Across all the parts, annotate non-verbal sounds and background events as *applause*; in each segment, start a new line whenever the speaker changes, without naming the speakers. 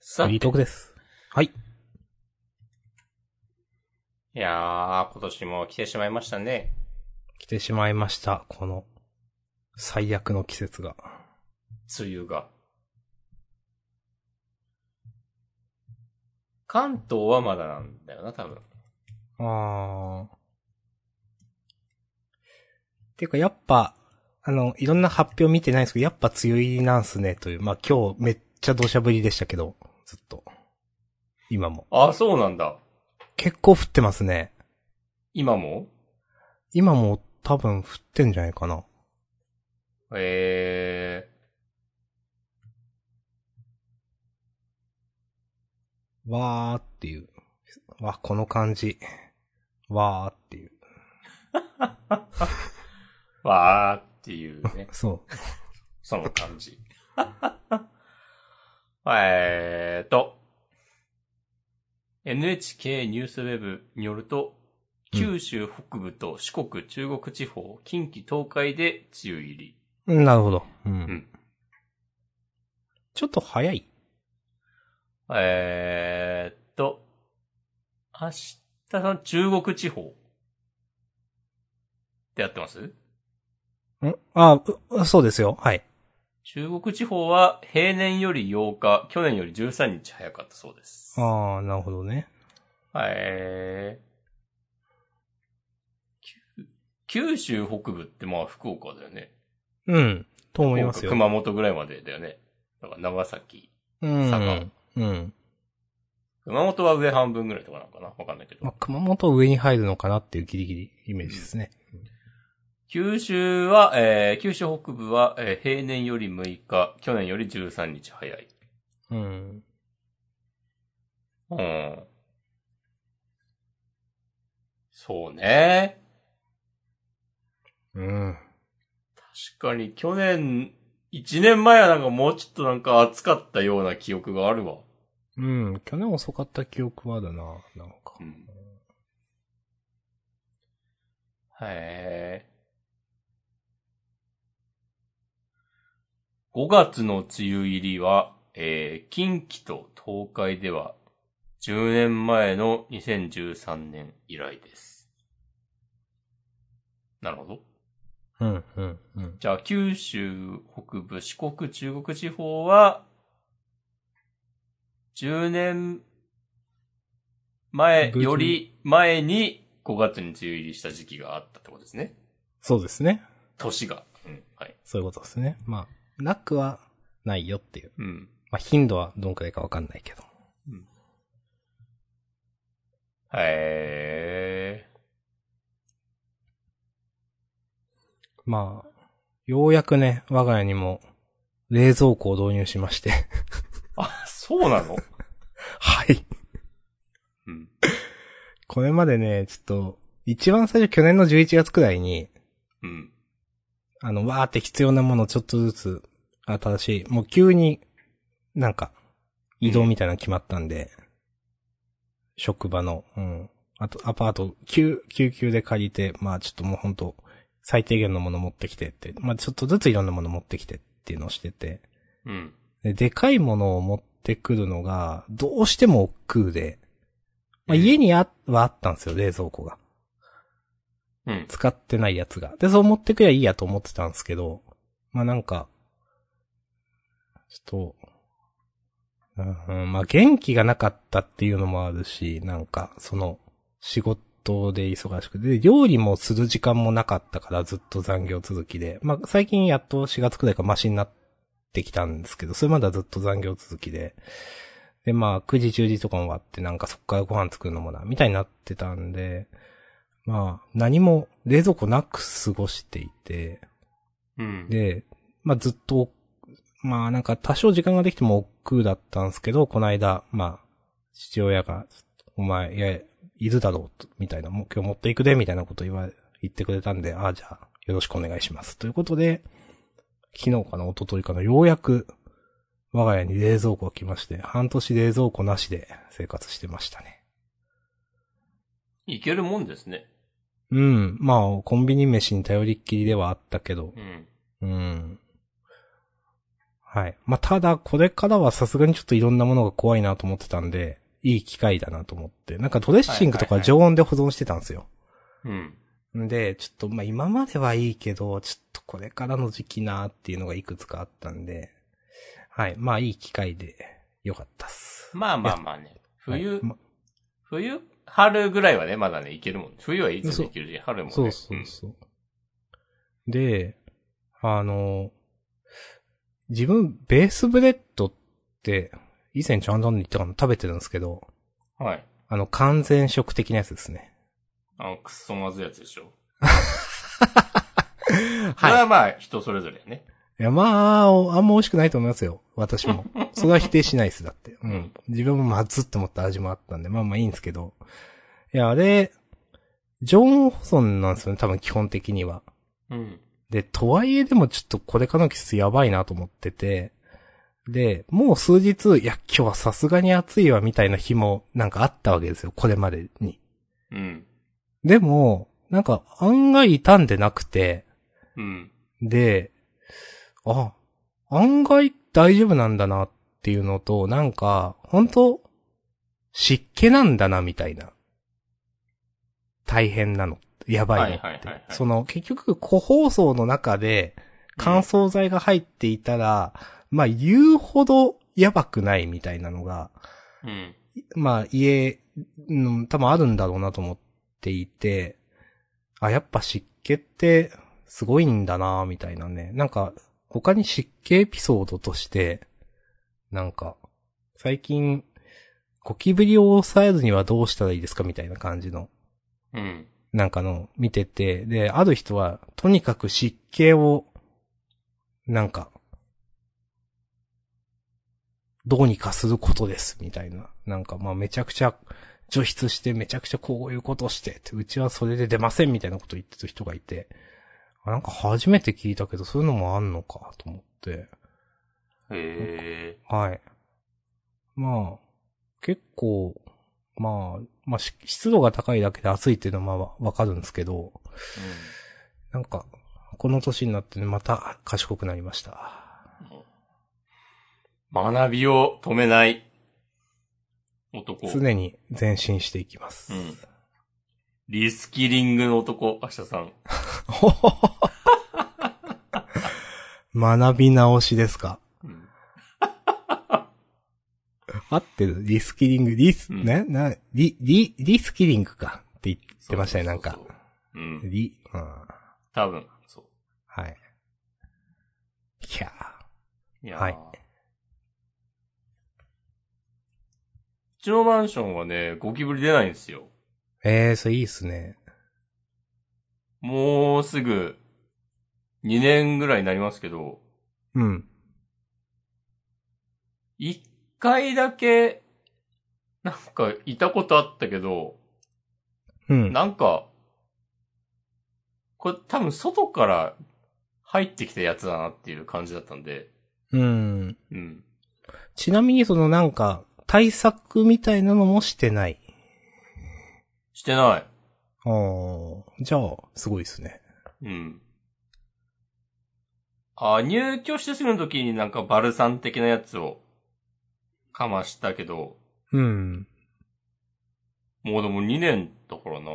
さ
フリートークです。はい。
いやー、今年も来てしまいましたね。
来てしまいました。この、最悪の季節が。
梅雨が。関東はまだなんだよな、多分。
あー。ていうか、やっぱ、あの、いろんな発表見てないんですけど、やっぱ梅雨入りなんすね、という。まあ、今日めっちゃ土砂降りでしたけど、ずっと。今も。
あ、そうなんだ。
結構降ってますね。
今も
今も多分降ってんじゃないかな。
え
わーっていう。わ、この感じ。わーっていう。。
ー、わーっていうね *laughs*
そう。
その感じ。 *laughs* えーと。NHK ニュースウェブによると、
うん
九州北部と四国、中国地方、近畿、東海で梅雨入り。
なるほど。うん。
ん
ちょっと早い
えーっと、明日の中国地方ってやってます
んあ、うそうですよ。はい。
中国地方は平年より8日、去年より13日早かったそうです。
ああ、なるほどね。
えー九九州北部ってまあ福岡だよね。
うん。と思いますよ。
福岡熊本ぐらいまでだよね。だから長崎。
うん。
佐賀
うん。
熊本は上半分ぐらいとかなのかなわかんないけど。
まあ、熊本上に入るのかなっていうギリギリイメージですね。
九州は、えー九州北部は、えー平年より6日、去年より13日早い。
うん。
うん。そうね。
うん。
確かに去年、1年前はなんかもうちょっとなんか暑かったような記憶があるわ。
うん。去年遅かった記憶はだな。なんか。
うん。へえ。5月の梅雨入りは、えー近畿と東海では10年前の2013年以来です。なるほど。
うん、うん、うん。
じゃあ、九州北部、四国、中国地方は、10年前
ぶり
より前に5月に梅雨入りした時期があったってことですね。
そうですね。
年が。うん。はい。
そういうことですね。まあ、なくはないよっていう。
うん。
まあ、頻度はどんくらいかわかんないけど。
へ
まあ、ようやくね、我が家にも冷蔵庫を導入しまして。 *laughs*
ー。あ、そうなの
はい。
うん。
これまでね、ちょっと、一番最初去年の11月くらいに、
うん。
あの、わーって必要なものをちょっとずつ、新しい、もう急に、なんか、移動みたいなの決まったんで、職場の、うん。あと、アパート、急、急急で借りて、まあちょっともうほんと、最低限のもの持ってきてって、まあちょっとずついろんなもの持ってきてっていうのをしてて、
うん。
で、でかいものを持ってくるのが、どうしても億劫で、まあ
うん
家にあ、はあったんですよ、冷蔵庫が。
うん。
使ってないやつが。で、そう持ってくりゃいいやと思ってたんですけど、まあなんか、ちょっと、うんうん、まあ元気がなかったっていうのもあるし、なんか、その、仕事で忙しくて、で料理もする時間もなかったからずっと残業続きで、まあ最近やっと4月くらいからマシになってきたんですけど、それまではずっと残業続きで、でまあ9時10時とかも終わってなんかそっからご飯作るのもな、みたいになってたんで、まあ、何も冷蔵庫なく過ごしていて、
うん。
で、まあずっと、まあなんか多少時間ができても億劫だったんですけど、この間、まあ、父親が、お前、いや、いるだろうと、みたいな、もう今日持っていくで、みたいなこと言わ、言ってくれたんで、ああ、じゃあ、よろしくお願いします。ということで、昨日かな、一昨日かな、ようやく、我が家に冷蔵庫が来まして、半年冷蔵庫なしで生活してましたね。
いけるもんですね。
うん。まあ、コンビニ飯に頼りっきりではあったけど。
うん。
うん。はい。まあ、ただ、これからはさすがにちょっといろんなものが怖いなと思ってたんで、いい機会だなと思って。なんかドレッシングと
はいはい
か
はい
常温で保存してたんですよ。
うん。
んで、ちょっと、まあ、今まではいいけど、ちょっとこれからの時期なーっていうのがいくつかあったんで、はい。まあ、いい機会で、よかったっす。
まあまあまあね。冬、
はいま
冬、春ぐらいはね、まだね、いけるもん。冬はいつもいけるし、春もね。
そうそうそう。で、あの、自分、ベースブレッドって、以前ちゃんと言ったかな食べてるんですけど、
うんはい。
あの、完全食的なやつですね。
あの、くっそまずいやつでしょ。これ
は
*laughs* はまあ、人それぞれね。
い。いや、まあ、おあんま美味しくないと思いますよ。
*laughs*
私も。それは否定しないです、だって。うん。自分もまずっと思った味もあったんで、まあまあいいんですけど。いや、あれ、常温保存なんですよね、多分基本的には。
うん。
で、とはいえでもちょっとこれからの季節やばいなと思ってて、で、もう数日、いや、今日はさすがに暑いわみたいな日もなんかあったわけですよ、これまでに。
うん。
でも、なんか案外傷んでなくて、
うん。
で、あ、案外大丈夫なんだなっていうのと、なんか、本当湿気なんだなみたいな。大変なの。やばいのって。
はいはいはいはい
その、結局、個包装の中で乾燥剤が入っていたら、まあ言うほどやばくないみたいなのが、
うん。
まあ、家、うん、多分あるんだろうなと思っていて、あ、やっぱ湿気ってすごいんだなみたいなね。なんか、他に湿気エピソードとして、なんか、最近、ゴキブリを抑えるにはどうしたらいいですかみたいな感じの、
うん。
なんかの、見てて、で、ある人は、とにかく湿気を、なんか、どうにかすることです、みたいな。なんか、まあ、めちゃくちゃ、除湿して、めちゃくちゃこういうことして、って、うちはそれで出ません、みたいなこと言ってる人がいて、あなんか初めて聞いたけど、そういうのもあんのか、と思って。
へえ。
はい。まあ、結構、まあ、まあ、し湿度が高いだけで暑いっていうのはまあわかるんですけど、なんか、この年になってね、また賢くなりました。
うん。学びを止めない男。
常に前進していきます。
うんリスキリングの男、明日さん。
学び直しですか
うん。
合ってるリスキリング、リス、
うん
ね、な、リ、リ、リスキリングかって言ってましたね、なんか
そう。そうそう。うん。
リ、うん。は
多分、そう。
い。いや
いやー
はいう
ちのマンションはね、ゴキブリ出ないんですよ。
ーえー、それいいっすね。
もうすぐ、2年ぐらいになりますけど、
うん。
1回だけ、なんか、いたことあったけど、
うん。
なんか、これ多分外から入ってきたやつだなっていう感じだったんで、
うん。
うん。
ちなみにそのなんか、対策みたいなのもしてない。
してない。
ああ、じゃあ、すごいですね。
うん。あ、入居してすぐの時になんかバルサン的なやつをかましたけど、
うん。
もうでも2年だからな。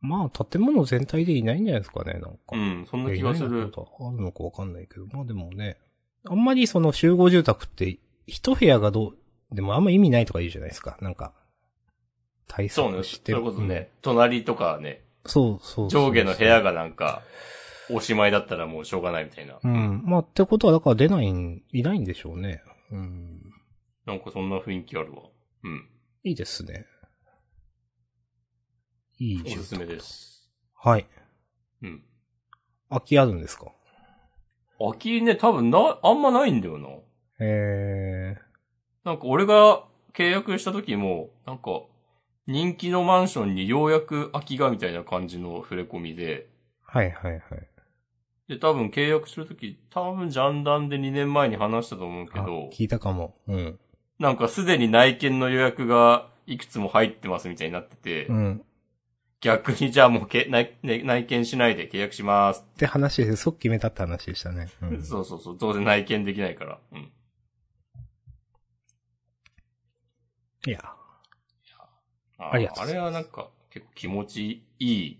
まあ、建物全体でいないんじゃないですかね、なんか。
うん、そんない気
や
が
い
す
ないの
る。
かあるのかわかんないけど、まあでもね、あんまりその集合住宅って、一部屋がどう、でもあんま意味ないとか言うじゃないですか、なんか。対
そうね、
策し
そ
て
れこそね、隣とかね、
うんそうそうそ
上
う
下の部屋。がなんか、おしまいだったらもうしょうがないみたいな。
うん。まあ、ってことは、だから出ないん、いないんでしょうね。うん。
なんかそんな雰囲気あるわ。うん。
いいですね。いい
お
住
す
宅
すめです。
はい。
うん。
空きあるんですか
空きね、多分な、あんまないんだよな。
え
なんか俺が契約した時も、なんか、人気のマンションにようやく空きがみたいな感じの触れ込みで、
ー、はいはいはい。
で、多分契約するとき、多分ジャンダンで2年前に話したと思うけ
あ
ど、
聞いたかも。うん。
なんかすでに内見の予約がいくつも入ってますみたいになってて、
うん。
逆にじゃあもうけ内内内見しないで契約します。
て話で、即決めたって話でしたね。うん
そうそうそう。当然内見できないから。うん。
いや、
あ
ありがとう
あ
ござ
れ
います
はなんか結構気持ちいい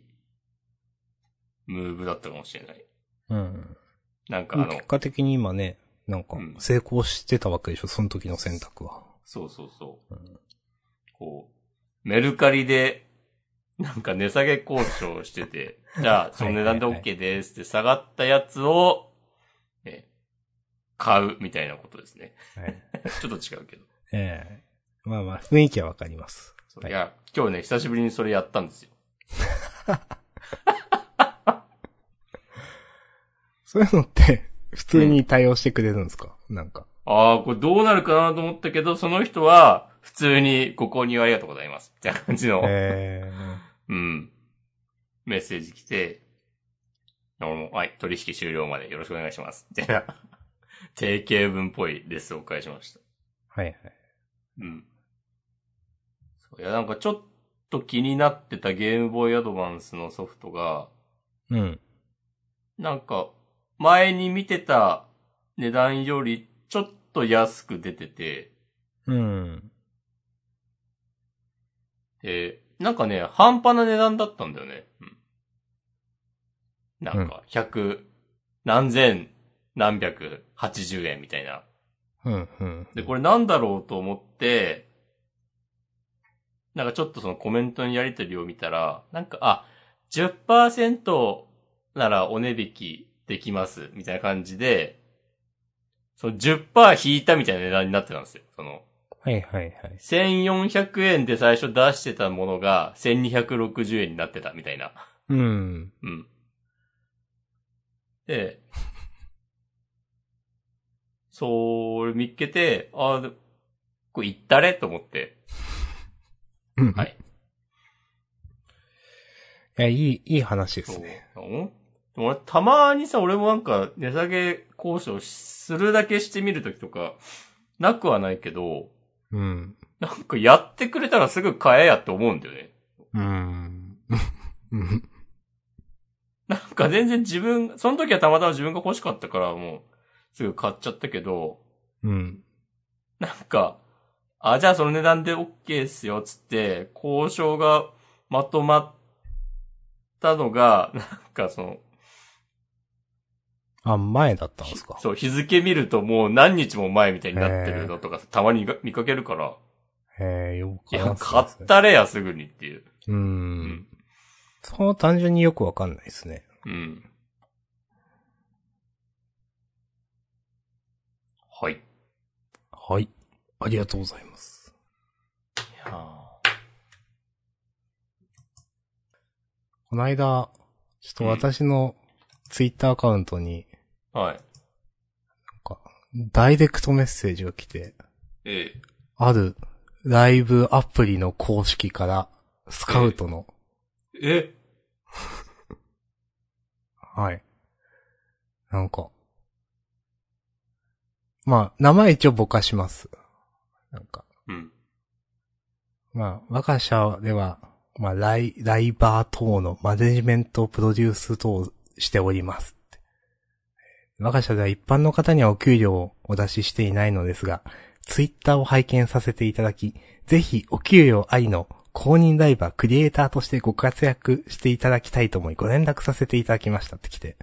ムーブだったかもしれない。
うん。
なんかあの
結、果的に今ね、なんか
うん、
成功してたわけでしょ、その時の選択は。
そうそうそう。
うん
こう、メルカリで、なんか値下げ交渉して
*laughs*
て、じゃあ、その値段で OK ですって下がったやつを、ね、買うみたいなことですね。
はい。
ちょっと違うけど。
ええまあまあ、雰囲気はわかります。
そう、
はいい
や、今日ね、久しぶりにそれやったんですよ。
そういうのって、 *laughs* 普通に対応してくれるんですか、なんか。
ああ、これどうなるかなと思ったけど、その人は、普通にご購入ありがとうございます。みたいな感じの、
え
うん。メッセージ来て、俺も、はい、取引終了までよろしくお願いします。みたいな、定型文っぽいレスを返しました。
えはいはい。
うん。そういや、なんかちょっと気になってたゲームボーイアドバンスのソフトが、
うん。
なんか、前に見てた値段よりちょっと安く出てて、
うん。
で、なんかね、半端な値段だったんだよね。うん、なんか、百、何千、何百、八十円みたいな。
うん、うん。
で、これなんだろうと思って、なんかちょっとそのコメントにやりとりを見たら、なんか、あ、10%ならお値引きできます、みたいな感じで、その10%引いたみたいな値段になってたんですよ。その、
はいはいはい。
1400円で最初出してたものが1260円になってたみたいな。
うん。
うん。で、 *laughs* それ見っけて、ああ、これ行ったれと思って。
うん。
はい。
いや、いい、いい話ですね。
そううん俺、たまにさ、俺もなんか、値下げ交渉するだけしてみるときとか、なくはないけど、
うん。
なんかやってくれたらすぐ買えやって思うんだよね。
うん。
*laughs* なんか全然自分、その時はたまたま自分が欲しかったからもう、すぐ買っちゃったけど、
うん。
なんか、あ、じゃあその値段で OK っすよ、つって、交渉がまとまったのが、なんかその、
あ、前だったんですか。
そう、日付見るともう何日も前みたいになってるのとか、たまに見かけるから、
へえ、よ
い
く
や、
わ
買
か
っ
んないですね。
たれや、すぐにっていう。
う
うんん。。
そう単純によくわかんないですね。
うん。はい。い
はい。ありがとうございます。
やー
この間、ちょっと私のツイッターアカウントに、
はい。
ダイレクトメッセージが来て、
ええ。
あるライブアプリの公式から、スカウトの、
え
はい。なんか、まあ、名前一応ぼかします。なんか、
うん。
まあ、我が社では、まあ、ライ、ライバー等のマネジメントプロデュース等をしておりますって。我が社では一般の方にはお給料をお出ししていないのですが、ツイッターを拝見させていただき、ぜひお給料ありの公認ライバークリエイターとしてご活躍していただきたいと思いご連絡させていただきましたって来て、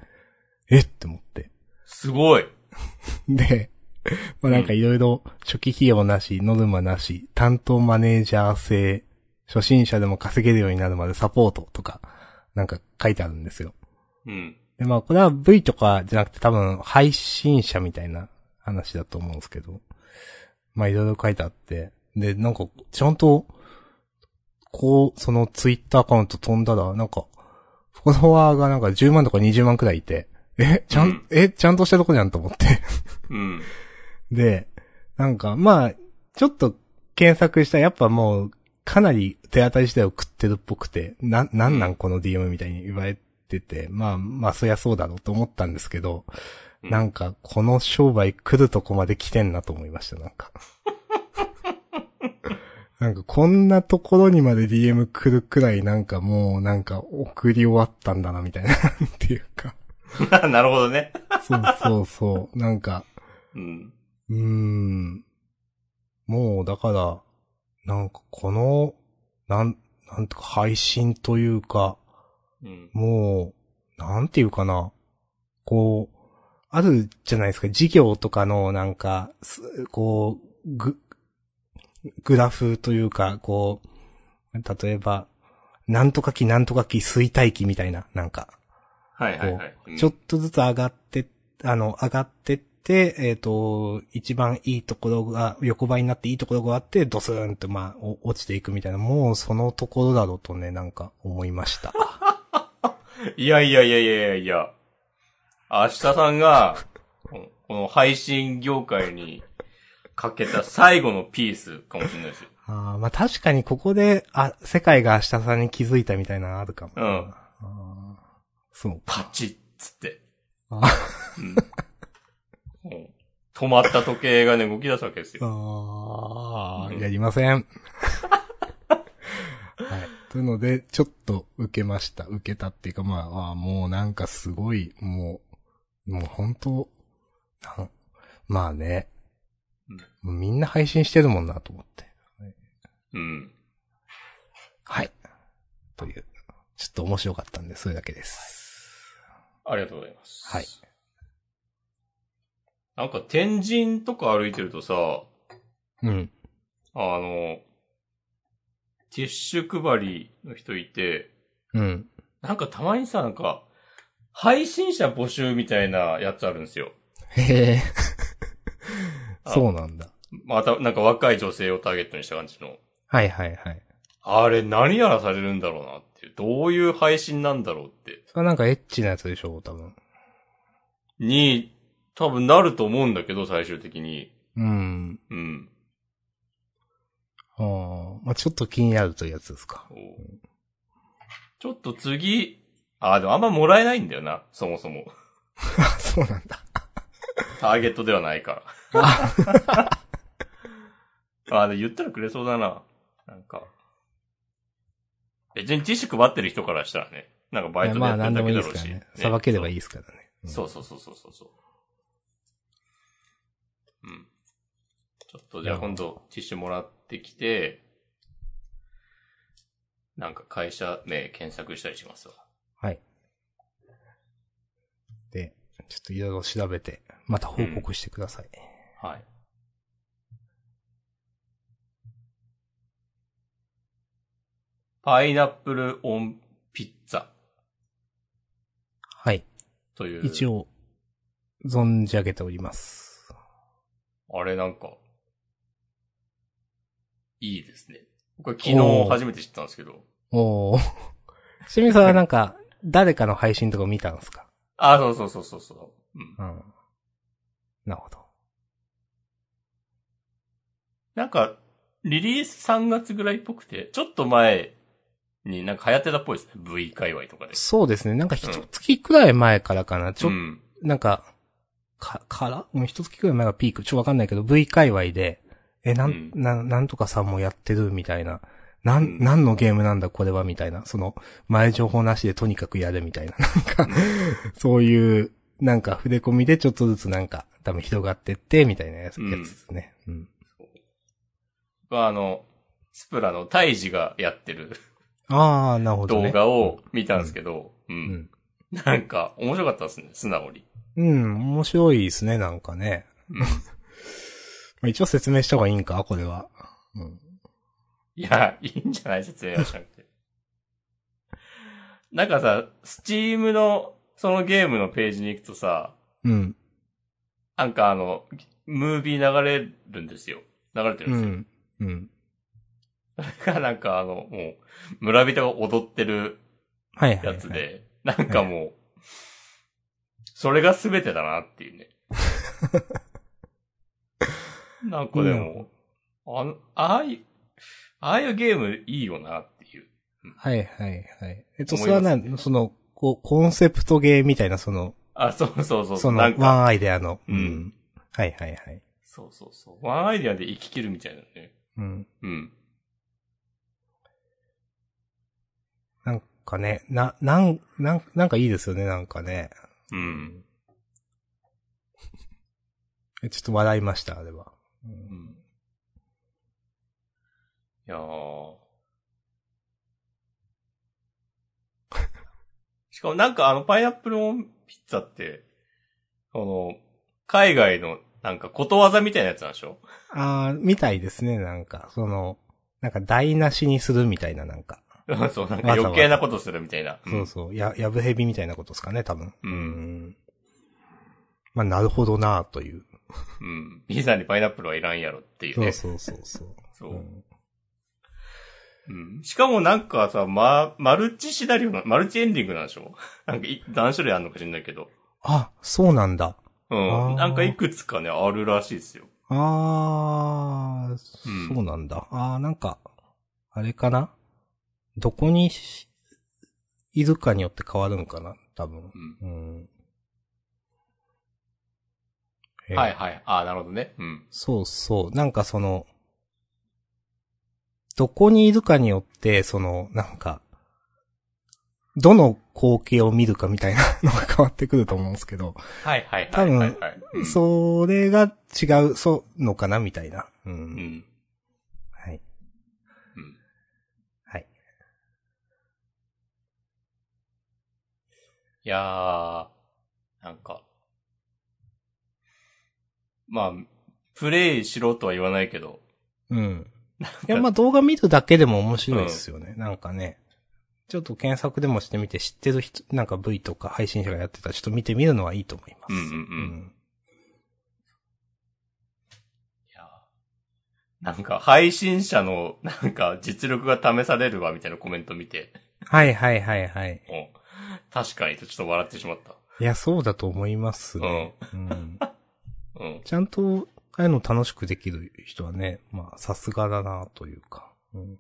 えって思って。
すごい
*laughs* で、まあなんかいろいろ初期費用なし、ノルマなし、担当マネージャー制、初心者でも稼げるようになるまでサポートとか、なんか書いてあるんですよ。
うん。
で、まあこれは V とかじゃなくて多分配信者みたいな話だと思うんですけど、まあいろいろ書いてあって、で、なんかちゃんと、こう、そのツイッターアカウント飛んだら、なんか、フォロワーがなんか10万とか20万くらいいて、え、ちゃ
うんん、
え、ちゃんとしたとこじゃんと思って。
うん。 *laughs*
で、なんか、まあ、ちょっと検索したらやっぱもう、かなり手当たり次第を食ってるっぽくて、な、なんなんこの DM みたいに言われてて、まあ、まあ、そりゃそうだろうと思ったんですけど、
うん
なんか、こ
*laughs*
の商売来るとこまで来てんなと思いました、なんか。なんかこんなところにまで DM 来るくらいなんかもうなんか送り終わったんだなみたいな、 *laughs* なんていうか。
なるほどね。
そうそうそう。なんか、
うん。
うーん。もうだから、なんかこの、なん、なんとか配信というか、
うん。
もう、なんていうかな。こう、あるじゃないですか。事業とかのなんか、すこう、グ、グラフというか、こう、例えば、なんとか期なんとか期衰退期みたいな、なんか。
はいはいはい。うん
ちょっとずつ上がって、あの、上がってって、えっ、と、一番いいところが、横ばいになっていいところがあって、ドスーンと、まあ、お落ちていくみたいな、もうそのところだろうとね、なんか思い
*laughs*
ました。
いやいやいやいやいやいや。明日さんが、この配信業界にかけた最後のピースかもしれないですよ。
あーまあ確かにここで、あ、世界が明日さんに気づいたみたいなのあるかも。
うん
あーそう
パ
か。
チッつって。
あ
うんうん止まった時計がね、動き出すわけですよ。
ああ、
うん
やりません。はい。 *laughs* というので、ちょっと受けました。受けたっていうか、まあ、あーもうなんかすごい、もう、もう本当なんまあね、もうみんな配信してるもんなと思って。
うん。
はい。という、ちょっと面白かったんで、それだけです。
ありがとうございます。
はい。
なんか天神とか歩いてるとさ、
うん。
あの、ティッシュ配りの人いて、
うん。
なんかたまにさ、なんか、配信者募集みたいなやつあるんですよ。
へ *laughs* え。
あ
そうなんだ。
また、なんか若い女性をターゲットにした感じの。
はいはいはい。
あれ、何やらされるんだろうなっていう。どういう配信なんだろうって。
それはなんかエッチなやつでしょ、多分。
に、多分なると思うんだけど、最終的に。
うん。
うん。
ああ、まあちょっと気になるというやつですか。 *laughs*
そうちょっと次、あ、でもあんまもらえないんだよな、そもそも。
あ、そうなんだ。
ターゲットではないから。あ、で言ったらくれそうだな。なんか。別にティッシュ配ってる人からしたらね、なんかバイトで
ま
や
あ
ってる
何で
だ
も
け
いい
だ
で
ろ
す
う
から
し。
ね。さばければいい
い。
ですからね。
そう
そ
そうそうそうそうそう。うん。ちょっとじゃあ今度ティッシュもらってきて、なんか会社名検索したりしますわ。
う。はい。で、ちょっといろいろ調べて、また報告してください。
はい。パイナップルオンピッツァ
はい。
という。
一。応、存じ上げております。
あれなんか、いいですね。僕は昨日初めて知ったんですけど。
おー。 *laughs* 清水さんはなんか、誰かの配信とか見たんですか
あ、そうそうそうそうそう。うん。
うん。なるほど。
なんか、リリース3月ぐらいっぽくて、ちょっと前になんか流行ってたっぽいですね。V 界隈とかで。
そうですね。なんか一月くらい前からかな。ちょ
う
っ
ん。
なんか、か、からもう一月くらい前がピーク。ちょ、わかんないけど、V 界隈で、え、なん、
うん
なん、なんとかさんもやってるみたいな。な
うん
ん、なんのゲームなんだこれはみたいな。その、前情報なしでとにかくやるみたいな。 *laughs* なんか、そういう、なんか筆込みでちょっとずつなんか、多分広がってって、みたいなやつ,、
うん
やつですね。うん。
僕はあの、スプラのタイジがやってる
あー、なるほど、ね。
動画を見たんですけど、う。
うんん。
なんか、面白かったですね、素直に。
うん、面白いですね、なんかね。 *laughs*
うん
まあ一応説明した方がいいんか、これは。うん。
いや、いいんじゃない説明はしなくて。なんかさ、スチームの、そのゲームのページに行くとさ、
うん。
なんかあの、ムービー流れるんですよ。流れてる
うん
ですよ。
ん。うん。
だ *laughs* からなんかあの、もう、村人が踊ってる
はいはい、
や
はい。
つで、なんかもう、それが全てだなっていう
*laughs*
ね。なんかでも、あの、ああいう、ああいうゲームいいよなっていう。
はいはいはい。えっと、
思
そ
い
れ
ま
は
す
な、その、こう、コンセプトゲーみたいな、その、
あ、そうそうそう。
その、
なん
ワ
か、
ンアイデアの。
うん。
はいはいはい。
そうそうそう。ワンアイデアで生き切るみたいなね。
うん。
うん。
なんかね、な、なん、なん、なんかいいですよね、なんかね。
うん。
えちょっと笑いました、あれは。うん
うん。いやー。 *laughs* しかもなんかあのパイナップルオンピッツァって、その、海外のなんかことわざみたいなやつなんでしょ *laughs*
あー、みたいですね、なんか。その、なんか台無しにするみたいな、なんか。
うんそう、なんか余計なことするみたいな。
そうそう。や、やぶへびみたいなことですかね、多分。
うん
んまあ、なるほどなという。
うん。うん。B さんにパイナップルはいらんやろっていう
そう
ね。
そうそうそう。
そう
うん
うん。しかもなんかさ、ま、マルチシナリオな、マルチエンディングなんでしょ *laughs* なんかい、何種類あるのか知んないけど。
あ、そうなんだ。
う
あー
ん。なんかいくつかね、あるらしいですよ。
あー、
うん
そうなんだ。あー、なんか、あれかなどこにしいるかによって変わるんかな多分
う。ん。
うん。えー
はいはい。ああ、なるほどね。うん。
そうそう。なんかその、どこにいるかによって、その、なんか、どの光景を見るかみたいなのが変わってくると思うんですけど、
はいはい
多
はい
分
はい、はい。うん
それが違う、そう、のかなみたいな。うん。
うん。
はい。
うん。
はい。
いやー、なんか。まあ、プレイしろとは言わないけど。
うん。い
な
や、
んか
まあ動画見るだけでも面白いですよね。なんかね。ちょっと検索でもしてみて、知ってる人、なんか V とか配信者がやってたらちょっと見てみるのはいいと思います。
うんうんうんいやなんか配信者のなんか実力が試されるわみたいなコメント見て、
はいはいはいはい。
もう確かにとちょっと笑ってしまった。
いや、そうだと思います
う
ね。
ん。
うん
うん。
ちゃんと、ああいうの楽しくできる人はね、まあ、さすがだなというか。うん、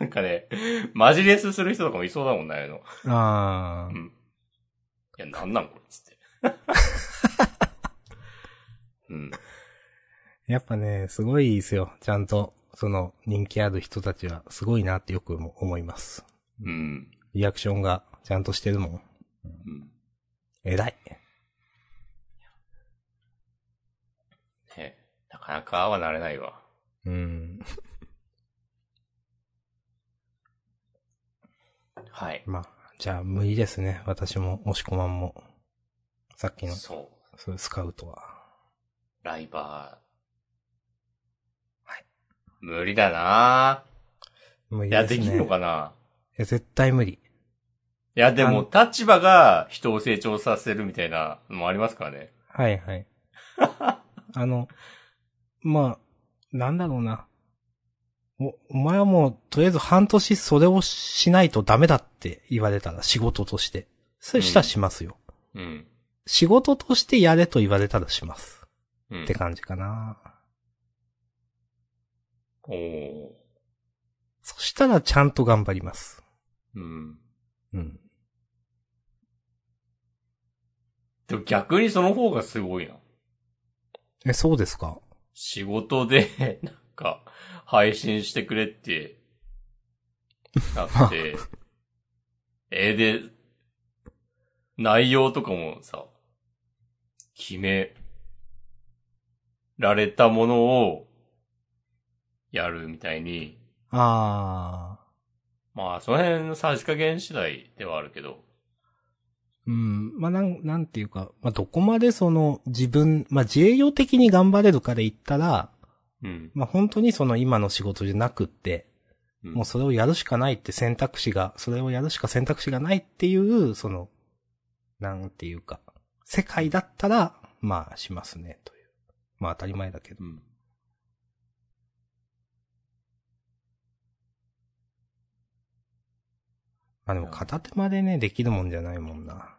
なんかね、マジレスする人とかもいそうだもんね、ああいうの。
ああ、
うん。いや、なんなんこれ、つ
*laughs*
って。うん。
やっぱね、すごいですよ。ちゃんと、その、人気ある人たちは、すごいなってよくも思います。
うん。
リアクションが、ちゃんとしてるもん。
うん。
偉い。
ねなかなかああはなれないわ。
うん。
はい。
まあ、じゃあ、無理ですね。私も、押し込まんも。さっきの、
そう。
そういうスカウトは。
ライバー。
はい。
無理だな
無
ぁ。
理
い
です
や、
ね。
できんのかない
や、絶対無理。
いや、で
あ
も、立場が人を成長させるみたいなのもありますからね。
はい
*laughs*
はい。あの、まあ、なんだろうな。お、お前はもう、とりあえず半年それをしないとダメだって言われたら、仕事として。それしたらしますよ。
うん。
仕事としてやれと言われたらします。
うん。
って感じかな。
おー。
そしたらちゃんと頑張ります。
うん。
うん。
でも逆にその方がすごいな。
え、そうですか
仕事で、 *laughs* なんか、配信してくれって、な
*laughs*
って、え、で、内容とかもさ、決められたものを、やるみたいに、
あ
まあ、その辺のさじ加減次第ではあるけど、
ー。うん。まあ、なん、なんていうか、まあ、どこまでその、自分、まあ、自営業的に頑張れるかで言ったら、
うん。
まあ、本当にその今の仕事じゃなくって、
うん
もうそれをやるしかないって選択肢が、それをやるしか選択肢がないっていう、その、なんていうか、世界だったら、まあ、しますね、という。まあ、当たり前だけど
う。ん。
まあでも、片手までね、できるもんじゃないもんな。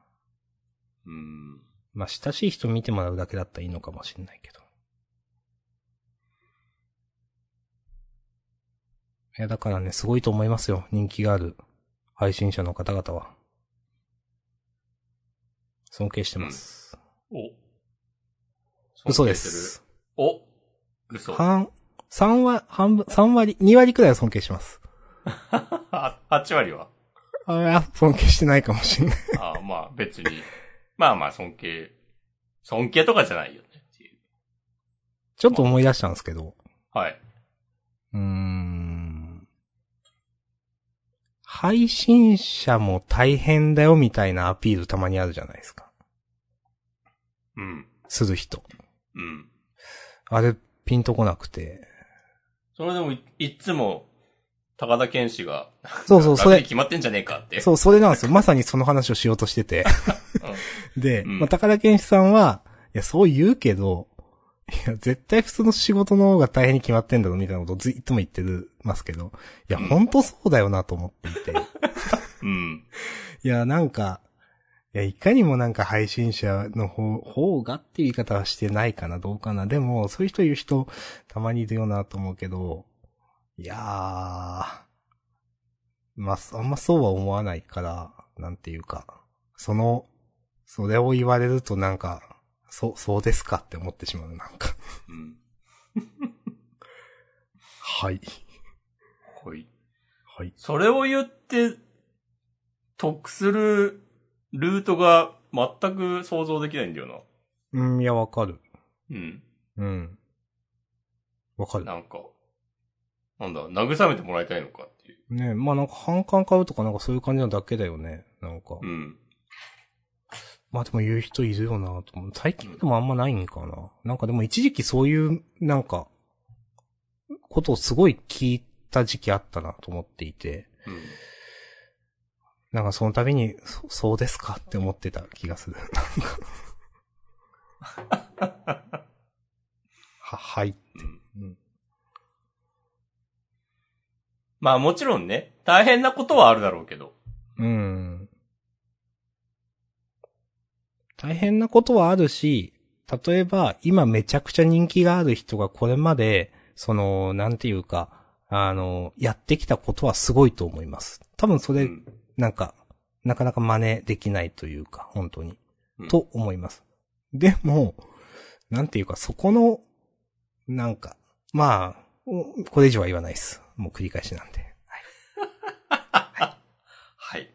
うん。
まあ、親しい人見てもらうだけだったらいいのかもしれないけど。いや、だからね、すごいと思いますよ。人気がある配信者の方々は。尊敬してます。
お。
嘘です。
尊敬する。お。嘘。 *laughs*
半、3割、半分、3割、2割くらいは尊敬します。
8割は
ああ、尊敬してないかもしんない。
ああ、まあ別に。まあまあ尊敬。尊敬とかじゃないよね。
ちょっと思い出したんですけど。
はい。
うーん。配信者も大変だよみたいなアピールたまにあるじゃないですか。
うん。
する人。
うん。
あれ、ピンとこなくて。
それでもい、いっつも、高田健志が、
そうそう、そ
楽に
れ、
決まってんじゃねえかって。
そう、それなんですよ。まさにその話をしようとしてて。 *laughs* で、
うん
まあ、高田健志さんは、いや、そう言うけど、いや、絶対普通の仕事の方が大変に決まってんだろ、みたいなことをずっとも言ってるますけど、いや、
うん
ほんとそうだよなと思っていて。
うん。
いや、なんか、いや、いかにもなんか配信者の方、方がっていう言い方はしてないかな、どうかな。でも、そういう人いる人、たまにいるよなと思うけど、いやー、まあ、あんまそうは思わないから、なんていうか、その、それを言われるとなんか、そ、そうですかって思ってしまう、なんか。
うん。
はい。
はい。
はい。
それを言って、得するルートが全く想像できないんだよ
うん、いや、わかる。
な。うん。
うん。わかる。
なんか、なんだ、慰めてもらいたいのかっていう。
ねまあなんか反感買うとかなんかそういう感じなだけだよね。なんか。
うん。
まあでも言う人いるよなと思う。最近でもあんまないんかな。なんかでも一時期そういう、なんか、ことをすごい聞いた時期あったなと思っていて、
うん。
なんかその度に、そそうですかって思ってた気がする。なんか。は、はい。
うん
うん
まあもちろんね、大変なことはあるだろうけど。
うん。大変なことはあるし、例えば、今めちゃくちゃ人気がある人がこれまで、その、なんていうか、あの、やってきたことはすごいと思います。多分そうれ、
ん。
なんか、なかなか真似できないというか、本当に
うん。
と思います。でも、なんていうか、そこの、なんか、まあ、おこれ以上は言わないです。もう繰り返しなんで。
*laughs* はい。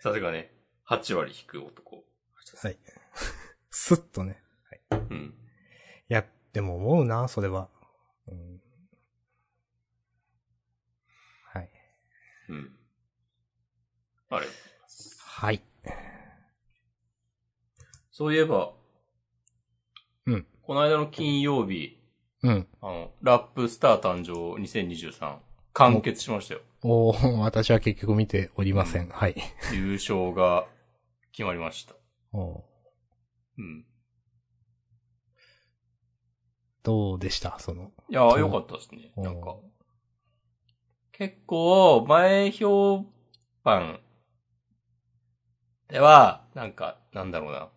さすがね、8割引く男。
はい。 *laughs* スッとね。
うん。
いや、でも思うな、それは。うん、はい。
うん。あれ。
はい。
そういえば、
うん。
この間の金曜日、
うん。
あの、ラップスター誕生2023、完結しま
*laughs*
したよ。
おお私は結局見ておりません。はい。
優勝が決まりました。
おー
うん。
どうでしたその。
いやー、よかったですね。
うん
なんか。結構、前評判では、なんか、なんだろうな。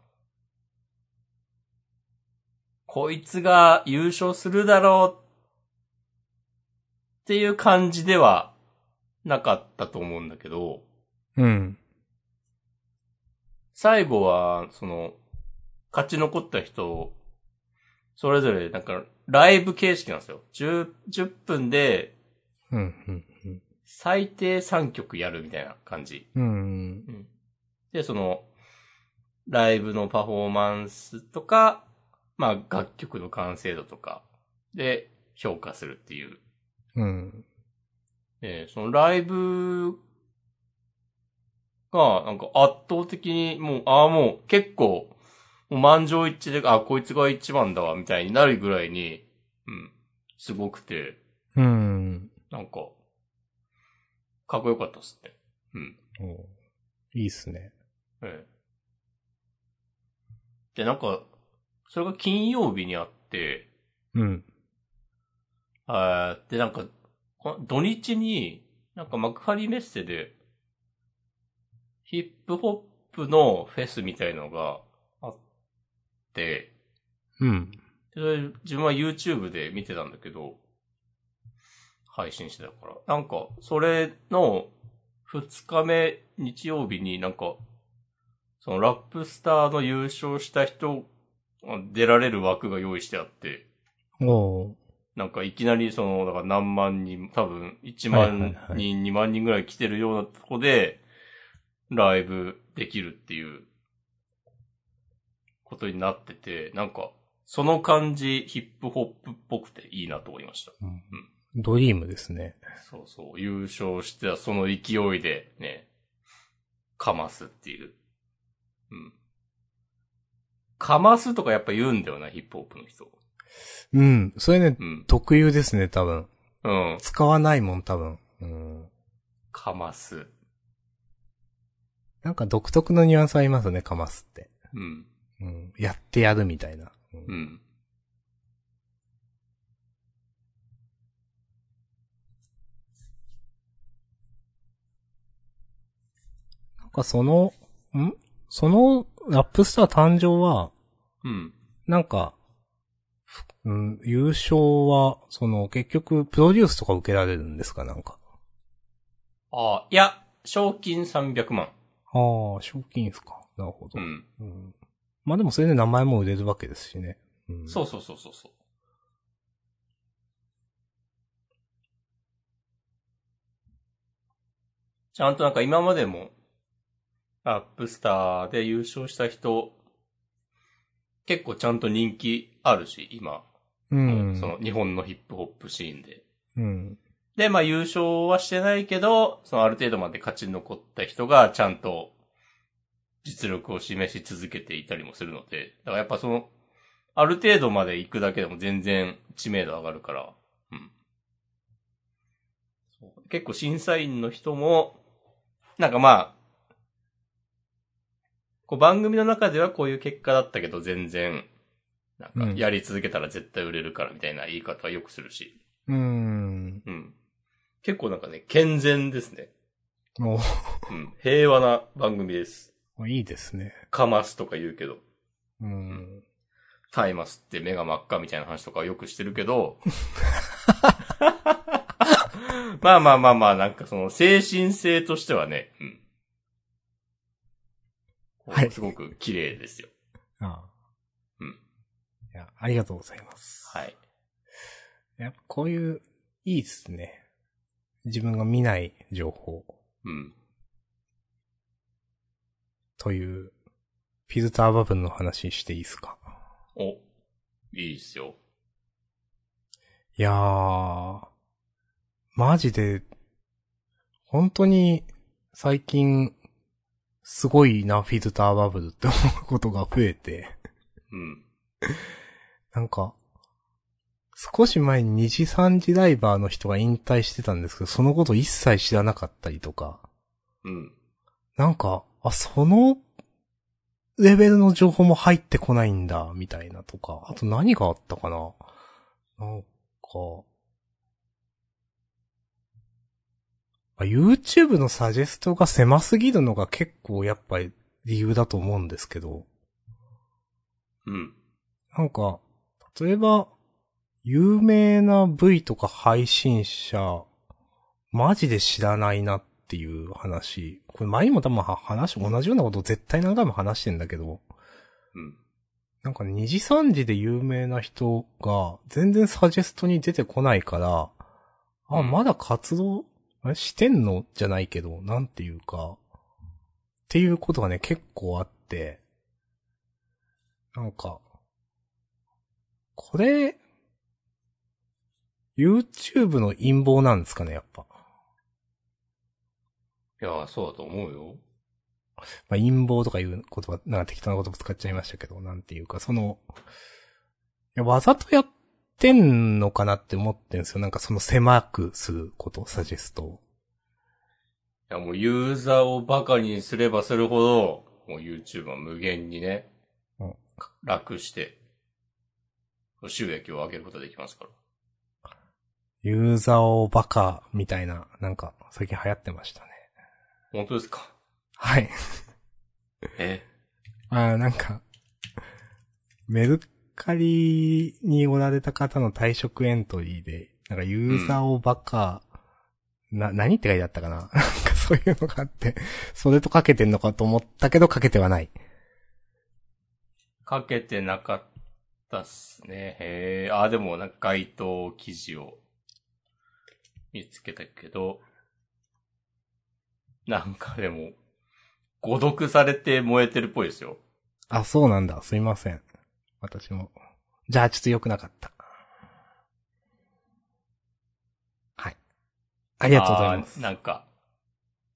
こいつが優勝するだろうっていう感じではなかったと思うんだけど、
うん。
最後は、その、勝ち残った人を、それぞれ、なんか、ライブ形式なんですよ。10、10分で、
うん、うん、
最低3曲やるみたいな感じ。
うん。うん。
で、その、ライブのパフォーマンスとか、まあ、楽曲の完成度とか、で、評価するっていう。
うん。
えーそのライブが、なんか圧倒的に、もう、ああ、もう結構、もう満場一致で、あ、こいつが一番だわ、みたいになるぐらいに、うん、すごくて、
うん。
なんか、かっこよかったっすね。うん。
おーいいっすね。
ええ。で、なんか、それが金曜日にあって、
うん。
あーで、なんか、この土日に、なんか幕張メッセで、ヒップホップのフェスみたいのがあって、
うん。
でそれ自分は YouTube で見てたんだけど、配信してたから。なんか、それの2日目日曜日になんか、そのラップスターの優勝した人、あ出られる枠が用意してあって、
おー
なんかいきなりその、だから何万人、多分1
はいはい
万
はい
人、2万人ぐらい来てるようなとこで、ライブできるっていう、ことになってて、なんか、その感じ、ヒップホップっぽくていいなと思いました。
うんドリームですね。
そうそう、優勝してはその勢いでね、かますっていう。うん。かますとかやっぱ言うんだよな、ヒップホップの人。
うん。それね
う、ん。
特有ですね、多分。
うん。
使わないもん、多分。うん。
かます。
なんか独特のニュアンスありますね、かますって。
うん。
うん。やってやるみたいな。うん
うん。
なんかその、んその、ラップスター誕生は、
うん。
なんか、ふうん、優勝は、その、結局、プロデュースとか受けられるんですか、なんか。
ああ、いや、賞金300万。
ああ、賞金ですか。なるほ
う
ど。
ん。
うんまあでもそれで名前も売れるわけですしね。うん
そうそうそうそうそう。ちゃんとなんか今までも、アップスターで優勝した人、結構ちゃんと人気あるし、今、
う。
もうんその日本のヒップホップシーンで。
うん。
で、まあ優勝はしてないけど、そのある程度まで勝ち残った人がちゃんと実力を示し続けていたりもするので、だからやっぱその、ある程度まで行くだけでも全然知名度上がるから、うん。そう結構審査員の人も、なんかまあ、こう番組の中ではこういう結果だったけど全然、なん
う
か
ん
やり続けたら絶対売れるからみたいな言い方はよくするし、
うん。
うん。結構なんかね、健全ですね。
も
うん。平和な番組です。
う、いいですね。
かますとか言うけど、
うん。
タイマスって目が真っ赤みたいな話とかはよくしてるけ
*laughs*
ど、まあまあまあまあ、なんかその精神性としてはね、うん。
はい
すごく綺麗ですよ。
ああ。
うん
いや、ありがとうございます。
はい。
やっぱこういう、いいですね。自分が見ない情報
うん。
という、フィルターバブルの話していいですか。
お、いいっすよ。
いやー、マジで、本当に最近、すごいな、フィルターバブルって思うことが増えて、
うん。
なんか、少し前に2時3時ライバーの人が引退してたんですけど、そのこと一切知らなかったりとか、
うん。
なんか、あ、その、レベルの情報も入ってこないんだ、みたいなとか、あと何があったかななんか、あ YouTube のサジェストが狭すぎるのが結構やっぱり理由だと思うんですけど、
うん。
なんか、例えば、有名な V とか配信者、マジで知らないなっていう話。これ前にも多分は話、同じようなことを絶対何回も話してんだけど、
うん。
なんか2時3時で有名な人が全然サジェストに出てこないから、あ、
うん
まだ活動、あれしてんのじゃないけど、なんていうか、っていうことがね、結構あって、なんか、これ、YouTube の陰謀なんですかね、やっぱ。
いやー、そうだと思うよ。
まあ、陰謀とかいう言葉、なんか適当な言葉使っちゃいましたけど、なんていうか、その、いやわざとやってんのかなって思ってんですよ。なんかその狭くすること、サジェストを。
いや、もうユーザーをバカにすればするほど、もう YouTube は無限にね、
うん
楽して、収益を上げることができますから。
ユーザーをバカみたいな、なんか最近流行ってましたね。
本当ですか
はい。
え
あーなんか、メルカリにおられた方の退職エントリーで、なんかユーザーをバカ、な、何って書いてあったかな *laughs* なんかそういうのがあって、それとかけてんのかと思ったけどかけてはない。
かけてなかったっすね。へえ。あ、でもなんか該当記事を見つけたけど、なんかでも、誤読されて燃えてるっぽいですよ。
あ、そうなんだ。すいません。私も。じゃあ、ちょっと良くなかった。はい。あ
あ
りがとうございます。
ーなんか、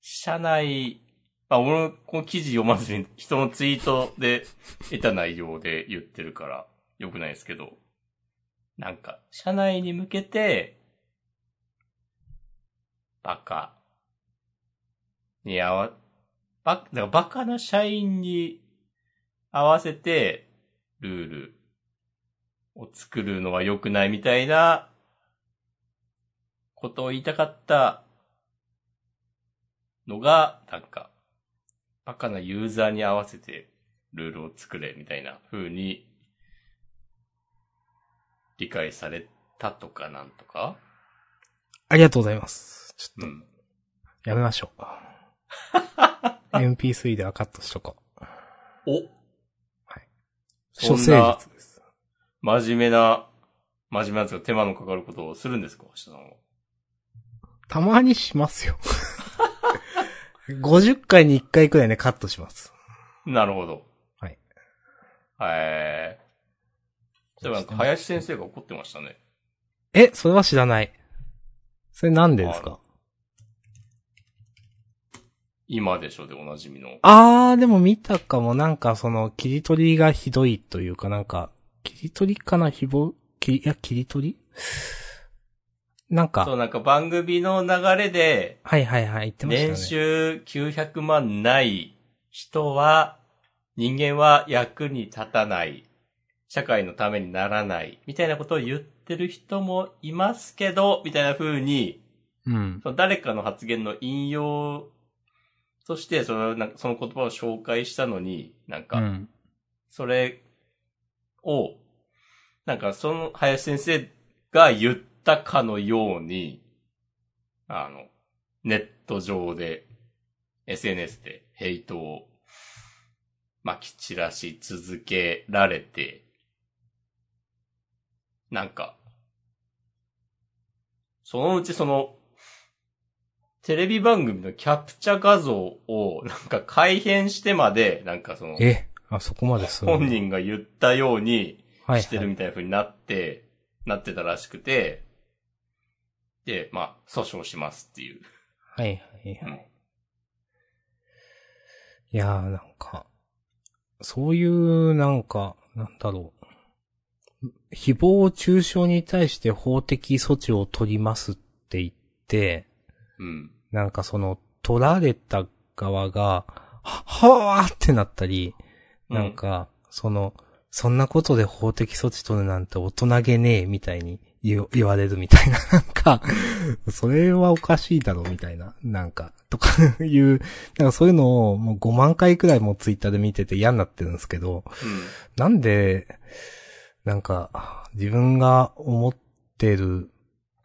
社内、まあ、俺もこの記事読まずに人のツイートで得た内容で言ってるから、よくないですけど、なんか、社内に向けて、バカ。に合わ、バだからバカな社員に合わせて、ルールを作るのは良くないみたいなことを言いたかったのが、なんか、バカなユーザーに合わせてルールを作れみたいな風に理解されたとかなんとか
ありがとうございます。ち
う
ょっ
ん。
と、やめましょう。
*laughs*
MP3 ではカットしとこう。
おそ
諸
んな
生術です。
真面目な、真面目なやつが手間のかかることをするんですか明日の。
たまにしますよ。50回に1回くらいね、カットします。
なるほど。
はい。
はい。そういえばなんか林先生が怒ってましたね。
え、それは知らない。それなんでですか
今でしょでおなじみの。
あー、でも見たかも、なんかその、切り取りがひどいというか、なんか、切り取りかな、ひぼ、切り、いや、切り取りなん
そう、
か、
なんか番組の流れで、
はいはいはい、言ってましたよね。
年収900万ない人は、人間は役に立たない、社会のためにならない、みたいなことを言ってる人もいますけど、みたいな風に、
うん。
その誰かの発言の引用として、その、なんかその言葉を紹介したのに、なん
う
か、
ん。
それを、なんかその林先生が言ったかのように、あの、ネット上で、SNS でヘイトをまき散らし続けられて、なんか、そのうちその、テレビ番組のキャプチャ画像をなんか改変してまで、なんかその、
え、あ、そこまでする
本人が言ったように
はい
してるみたいな風になって、なってたらしくて、で、まあ、訴訟しますっていう。
はいはいはい。いやーなんか、そういうなんか、なんだろう。誹謗中傷に対して法的措置を取りますって言って、
うん。
なんかその、取られた側が、は、はーってなったり、なんか、その、そんなことで法的措置取るなんて大人げねえみたいに言う言われるみたいな、 *laughs* なんか、それはおかしいだろみたいな、なんか、とかいう、なんかそういうのをもう5万回くらいもうツイッターで見てて嫌になってるんですけど、なんで、なんか、自分が思ってる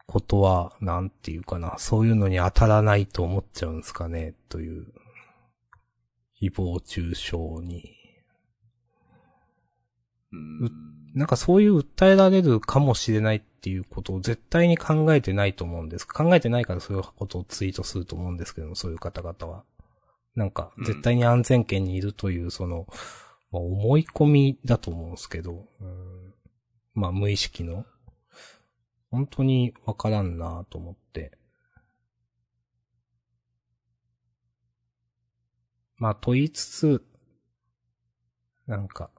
ことは、なんていうかな、そういうのに当たらないと思っちゃうんですかね、という。誹謗中傷に。
うん。
うなんかそういう訴えられるかもしれないっていうことを絶対に考えてないと思うんです。考えてないからそういうことをツイートすると思うんですけども、そういう方々は。なんか、
うん
絶対に安全圏にいるという、その、まあ、思い込みだと思うんですけど、うんまあ無意識の。本当にわからんなと思って。まあ、と言いつつ、なんか、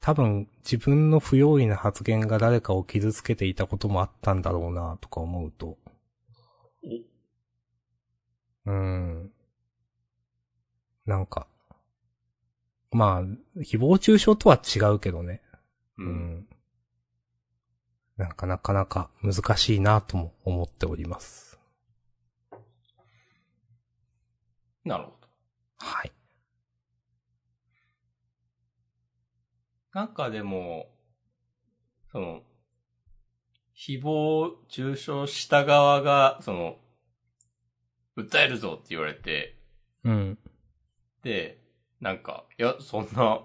多分自分の不用意な発言が誰かを傷つけていたこともあったんだろうなとか思うと。うーん。なんか、まあ、誹謗中傷とは違うけどね。
う。
うんん。なんかなかなか難しいなとも思っております。
なるほど。
はい。
なんかでも、その、誹謗中傷した側が、その、訴えるぞって言われて、
うん。
で、なんか、いや、そんな、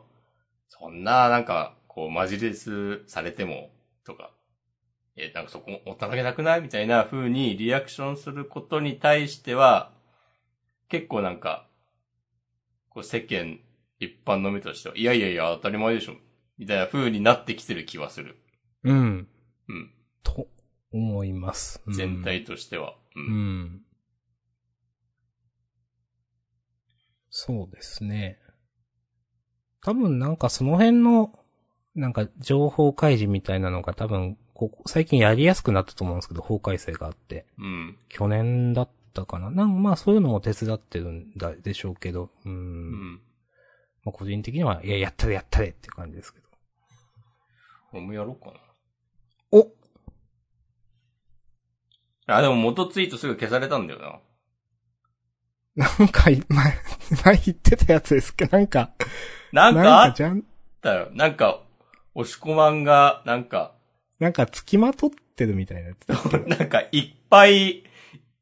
そんな、なんか、ここう、マジレスされても、とか、え、なんかそこ、おっただけなくないみたいな風にリアクションすることに対しては、結構なんか、こう世間一般の目としては、いやいやいや、当たり前でしょ。みたいな風になってきてる気はする。
うん。
うん。
と思います。うん
全。体としては。う。
うんん。そうですね。多分なんかその辺の、なんか情報開示みたいなのが多分、ここ最近やりやすくなったと思うんですけど、法改正があって。
うん。
去年だったかな。なんかまあそういうのも手伝ってるんだでしょうけど、う。
うんん。
まあ個人的には、いや、やったれやったれっていう感じですけど。
俺もやろうか
お
な。あ、でも元ツイートすぐ消されたんだよな。
なんか、 *laughs* 前、前言ってたやつですけど、なんか、
なんかあっ
じゃん、
たよ。なんか、押し込まんが、なんか、 *laughs*
なんか付きまとってるみたいなやつだ。
なんかいっぱい、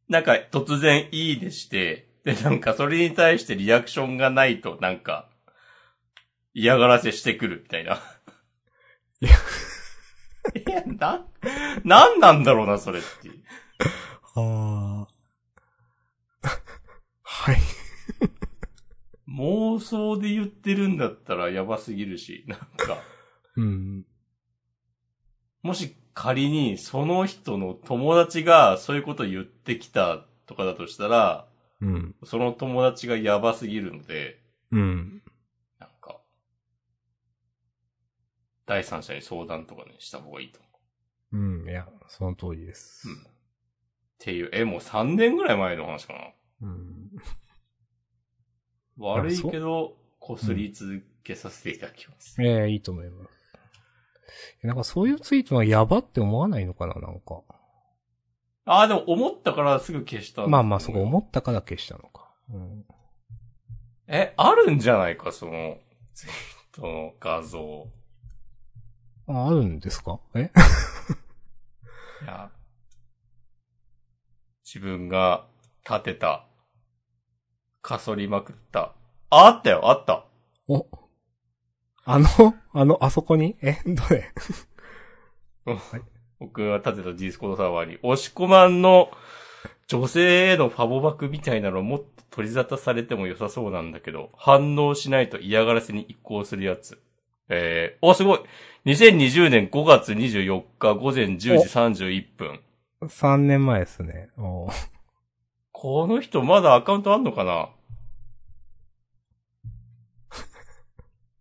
なんか突然いいでして、で、なんかそれに対してリアクションがないと、なんか、嫌がらせしてくるみたいな。いや、な、なんなんだろうな、それって。
ああ。 *laughs* はい。
妄想で言ってるんだったらやばすぎるし、なんか、
うん。
もし仮にその人の友達がそういうこと言ってきたとかだとしたら、
うん。
その友達がやばすぎるので、
うん。
なんか、第三者に相談とかね、した方がいいと思う。
うん。いや、その通りです。
うんっていう、え、もう3年ぐらい前の話かな。
うん。
悪いけど、こすり続けさせていただきます。
ええいいと思います。なんかそういうツイートはやばって思わないのかな、なんか。
ああ、でも思ったからすぐ消したんだけど
まあまあ、そこ思ったから消したのか。うん。
え、あるんじゃないか、その、ツイートの画像。
あ、あるんですかえ *laughs*
いや、自分が立てた、かそりまくった。あ、あったよ、あった。
お。あの、あの、あそこにえ、どれ
僕が立てたディスコードサーバーに、押し込まんの女性へのファボバクみたいなのもっと取り沙汰されても良さそうなんだけど、反応しないと嫌がらせに移行するやつ。えー、お、すごい !2020 年5月24日午前10時31分。
?3 年前ですね。おー
この人まだアカウントあんのかな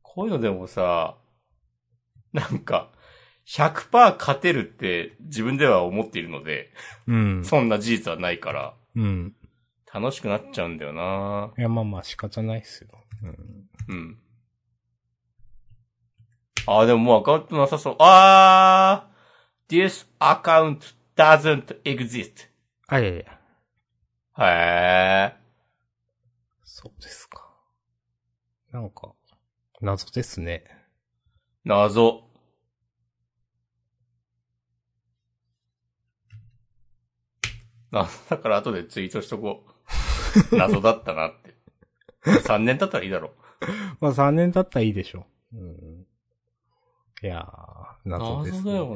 こういうのでもさ、なんか、100%勝てるって自分では思っているので、
うん。
そんな事実はないから、
うん。
楽しくなっちゃうんだよない
や、まあまあ仕方ないっすよ。うん。
うん。あー、でももうアカウントなさそう。あー !This account doesn't exist.
あ、いやいや。
へー。
そうですか。なんか、謎ですね。
謎。な、だから後でツイートしとこ
*laughs*
う。謎だったなって。3年経ったらいいだろ
まあ3年経ったらいいでしょう。ん。いやー、
う。
謎です、
謎
ね。
だよ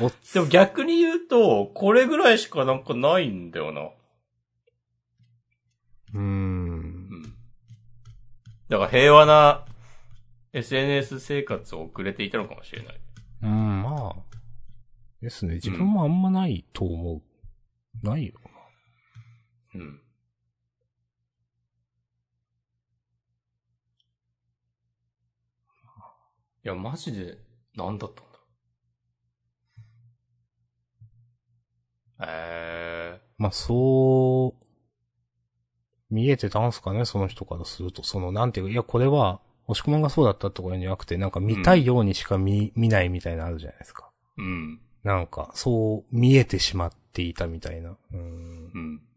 お
な
っ
でも逆に言うと、これぐらいしかなんかないんだよな。
うーん。
うん。だから平和な SNS 生活を送れていたのかもしれない。
うん、まあ。ですね。自分もあんまないと思う。ないよ。
うん。いや、マジで、なんだったんだろう。え
まあそう、見えてたんすかね、その人からすると。その、なんていうか、いや、これは、押し込まんがそうだったとかいうんじゃなくて、なんか見たいようにしか見、見ないみたいなのあるじゃないですか。
ー、うん、
なんか、そう見えてしまっていたみたいな。うん。
うん。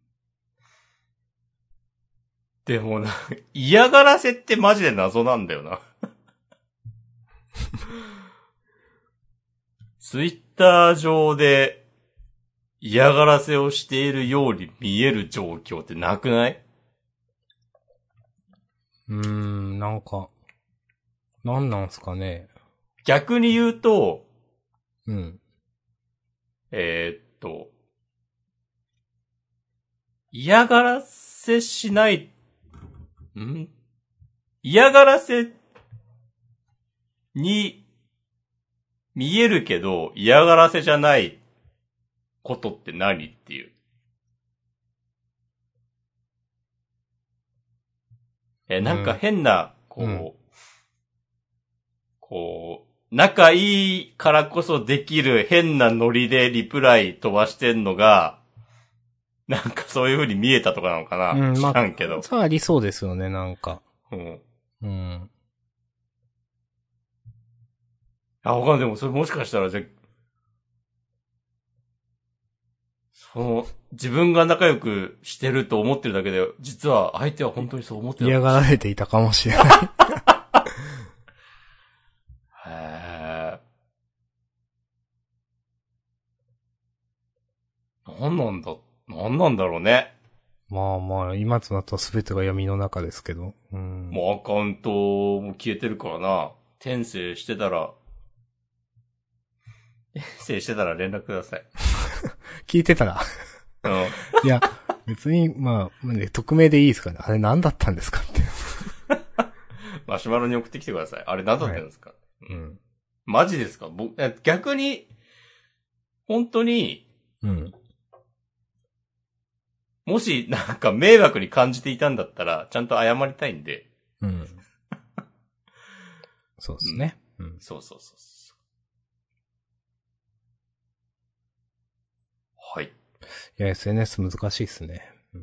でもな、 *laughs* 嫌がらせってマジで謎なんだよな。 *laughs* ツイッター上で嫌がらせをしているように見える状況ってなくない
うーん、なんか、なんなんすかね。
逆に言うと、
うん。
えーっと、嫌がらせしない、ん嫌がらせに見えるけど嫌がらせじゃないことって何っていう。え、なんか変な、こう、
うん
こう、仲いいからこそできる変なノリでリプライ飛ばしてんのが、なんかそういう風に見えたとかなのかな、
うん、
知らんけど。
そうありそうですよね、なんか。
うん。
うん。
あ、わかんない。でもそれもしかしたらぜ、その、自分が仲良くしてると思ってるだけで、実は相手は本当にそう思ってな
嫌
い。
がられていたかもしれない。
へーなんなんだ、なんなんだろうね。
まあまあ、今となったら全てが闇の中ですけど。うん。
もうアカウントも消えてるからな。転生してたら、転生してたら連絡ください。
聞いて *laughs* たら。
うん。
いや、別に、まあ、ね、匿名でいいですからね。あれ何だったんですかって。
マシュマロに送ってきてください。あれ何だったんですか、
うん。
マジですか僕、え逆に、本当に、
うん。
もしなんか迷惑に感じていたんだったら、ちゃんと謝りたいんで。
うん。 *laughs* そうですね。うん。
そうそうそうそう。はい。
いや、SNS 難しいですね。うん。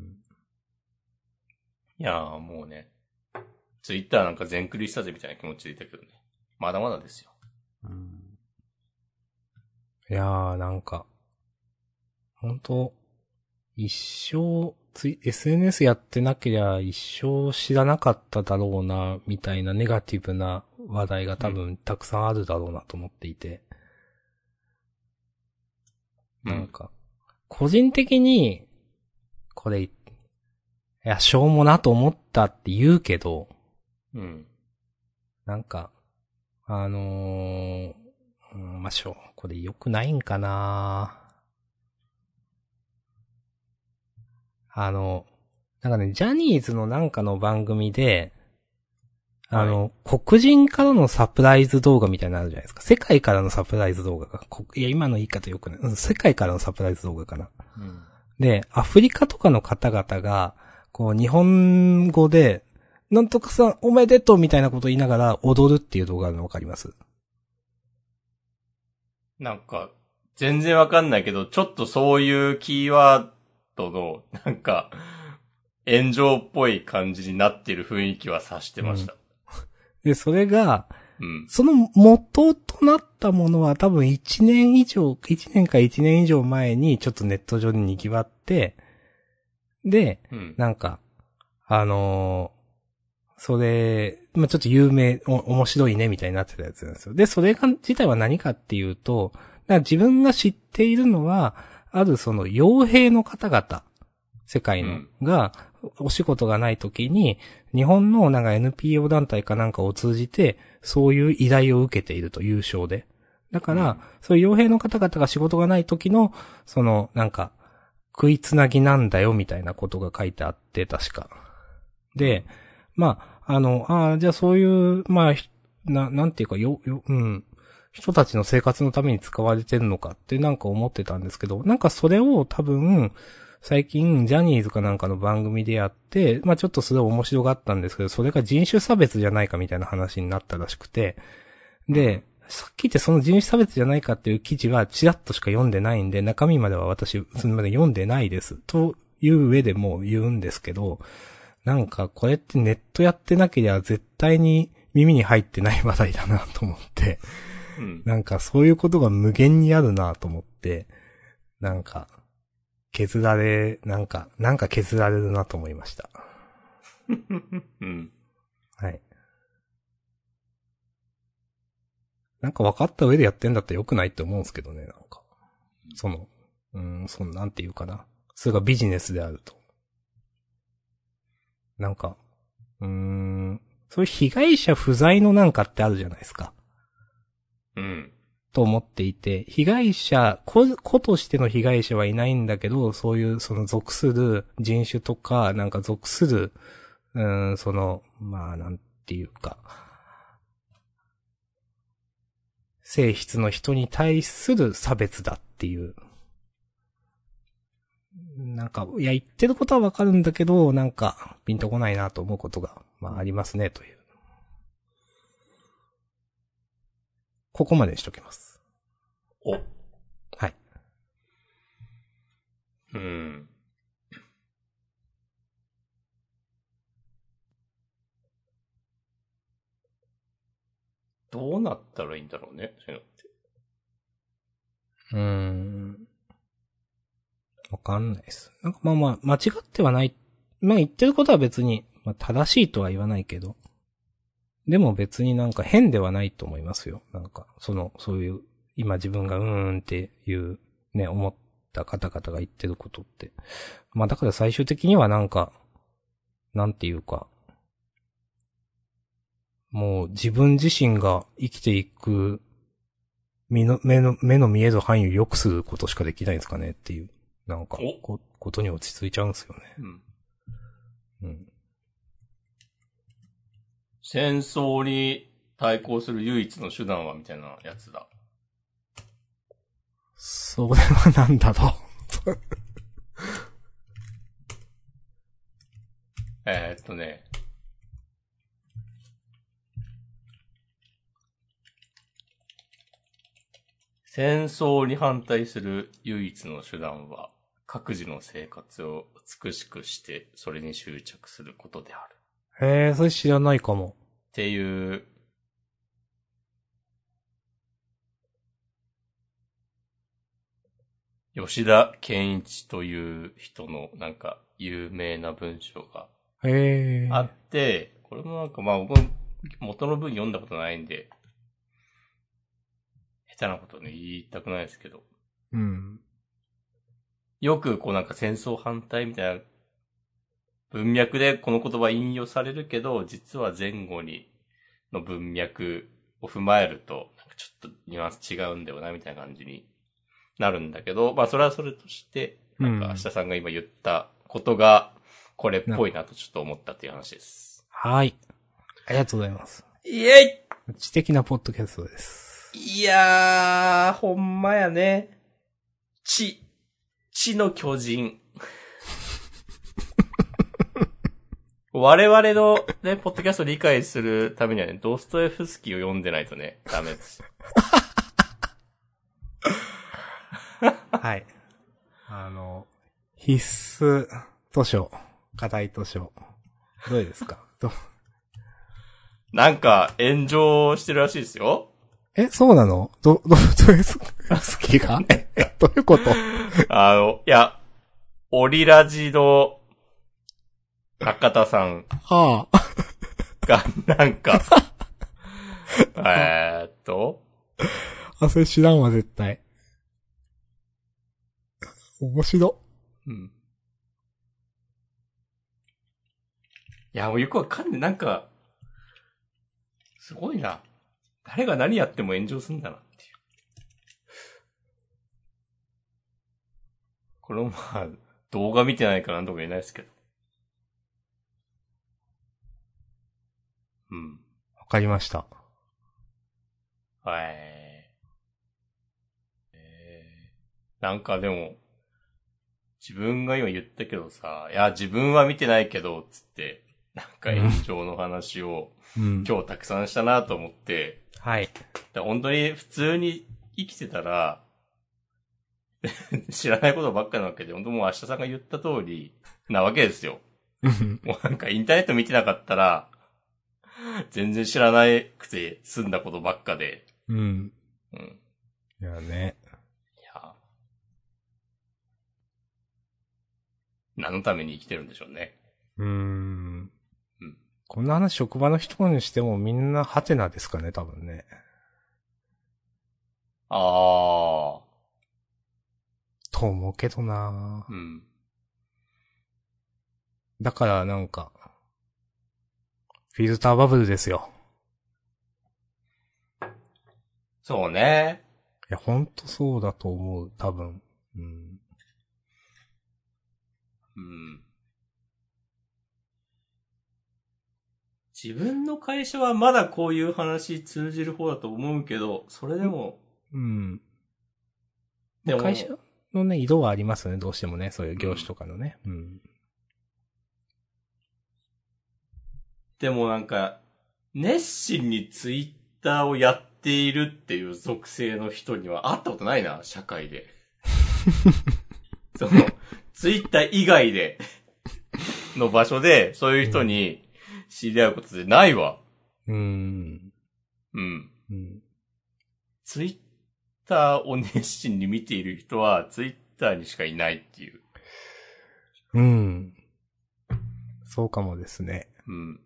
いやーもうね、ツイッターなんか全クリしたぜみたいな気持ちでいたけどね。まだまだですよ。
いやー、なんか、本当一生、つい、SNS やってなけりゃ一生知らなかっただろうな、みたいなネガティブな話題が多分たくさんあるだろうなと思っていて。
う
なん
ん。
か、個人的に、これ、いや、しょうもなと思ったって言うけど、
うん。
なんか、あのー、うん、まあ、しょう、これ良くないんかなあの、なんかね、ジャニーズのなんかの番組で、あの、黒人からのサプライズ動画みたいなのあるじゃないですか。世界からのサプライズ動画が、こいや、今の言い方良くない。うん世界からのサプライズ動画かな。
うん。
で、アフリカとかの方々が、こう、日本語で、なんとかさんおめでとうみたいなこと言いながら踊るっていう動画があるのわかります
なんか、全然わかんないけど、ちょっとそういうキーワードの、なんか、炎上っぽい感じになってる雰囲気は察してました。
で、それが、
うん。
その元となったものは多分1年以上、1年か1年以上前にちょっとネット上で賑わって、で、
うん。
なんか、あのーそれ、まあ、ちょっと有名、お、面白いね、みたいになってたやつなんですよ。で、それが、自体は何かっていうと、なんか自分が知っているのは、あるその、傭兵の方々、世界の、
うん
が、お仕事がない時に、日本のなんか NPO 団体かなんかを通じて、そういう依頼を受けていると、優勝で。だから、
うん
そういう傭兵の方々が仕事がない時の、その、なんか、食いつなぎなんだよ、みたいなことが書いてあって、確か。で、まあ、あの、ああ、じゃあそういう、まあ、ひな、なんていうか、よ、よ、うん、人たちの生活のために使われてるのかってなんか思ってたんですけど、なんかそれを多分、最近、ジャニーズかなんかの番組でやって、まあちょっとそれ面白がったんですけど、それが人種差別じゃないかみたいな話になったらしくて、で、さっき言ってその人種差別じゃないかっていう記事はちらっとしか読んでないんで、中身までは私、それまで読んでないです。という上でもう言うんですけど、なんかこれってネットやってなければ絶対に耳に入ってない話題だなと思って、
うん。
なんかそういうことが無限にあるなと思って、なんか、削られ、なんか、なんか削られるなと思いました。
うん。
はい。なんか分かった上でやってんだったら良くないって思うんですけどね、なんか。その、うーん、その、なんていうかな。それがビジネスであると。なんか、うーん。そういう被害者不在のなんかってあるじゃないですか。
うん。
と思っていて、被害者、子、子としての被害者はいないんだけど、そういう、その属する人種とか、なんか属する、うーん、その、まあ、なんていうか、性質の人に対する差別だっていう。なんか、いや、言ってることはわかるんだけど、なんか、ピンとこないなと思うことが、まあ、ありますね、という。ここまでにしときます。
お。
はい。
うん。どうなったらいいんだろうね、そういうのって。
うーん。わかんないです。なんかまあまあ、間違ってはない。まあ言ってることは別に、まあ正しいとは言わないけど。でも別になんか変ではないと思いますよ。なんか、その、そういう、今自分がうーんっていう、ね、思った方々が言ってることって。まあだから最終的にはなんか、なんていうか、もう自分自身が生きていく目の、目の、目の見える範囲を良くすることしかできないんですかねっていう、なんか
お、
こ、ことに落ち着いちゃうんですよね。
うん。
うん。
戦争に対抗する唯一の手段はみたいなやつだ。
それはなんだろう。
えー、っとね。戦争に反対する唯一の手段は、各自の生活を美しくして、それに執着することである。
へえ、それ知らないかも。
っていう、吉田健一という人のなんか有名な文章が
へえ。
あって、これもなんかまあ僕も元の文読んだことないんで、下手なことね、言いたくないですけど、
うん。
よくこうなんか戦争反対みたいな文脈でこの言葉引用されるけど、実は前後にの文脈を踏まえると、なんかちょっとニュアンス違うんだよなみたいな感じになるんだけど、まあそれはそれとして、なんか
うん
明日さんが今言ったことがこれっぽいなとちょっと思ったっていう話です。
はい。ありがとうございます。
イエイ
知的なポッドキャストです。
いやー、ほんまやね。地、地の巨人。我々のね、ポッドキャストを理解するためにはね、ドストエフスキーを読んでないとね、ダメです。
*laughs* はい。あの、必須図書、課題図書。どうですかど
なんか、炎上してるらしいですよ。
え、そうなのど、ど、どういう、好き *laughs* がえどういうこと
あの、いや、オリラジの中田さん
はあ。
が、なんか、えーっと、
あ、それ知らんわ、絶対。面白。
うん。いや、もうよくわかんない。なんか、すごいな。誰が何やっても炎上すんだなっていう。これもまあ、動画見てないからなんとも言えないですけど。うん。
わかりました。
はい。えー、なんかでも、自分が今言ったけどさ、いや、自分は見てないけど、つって、なんか炎上の話を
うん。
今日たくさんしたなと思って、
はい。
だから本当に普通に生きてたら、 *laughs* 知らないことばっかなわけで、本当もう明日さんが言った通りなわけですよ。
うん
もうなんかインターネット見てなかったら、全然知らなくて済んだことばっかで、
うん。
うん。
いやね。
いや。何のために生きてるんでしょうね。
うーん
うん。
こんな話職場の人にしてもみんなハテナですかね、多分ね。
あ
と思うけどな
あ。うん。
だからなんか、フィルターバブルですよ。
そうね。
いや、ほんとそうだと思う、多分。うん。
うん。自分の会社はまだこういう話通じる方だと思うけど、それでも、
うん。
でも、
会社のね、色はありますよね、どうしてもね、そういう業種とかのね。うん。
でもなんか、熱心にツイッターをやっているっていう属性の人には会ったことないな、社会で。その、ツイッター以外で、の場所で、そういう人に知り合うことでないわ。
うん。
うん。
うん。
ツイッターを熱心に見ている人は、ツイッターにしかいないっていう。
うん。そうかもですね。
うん。
うん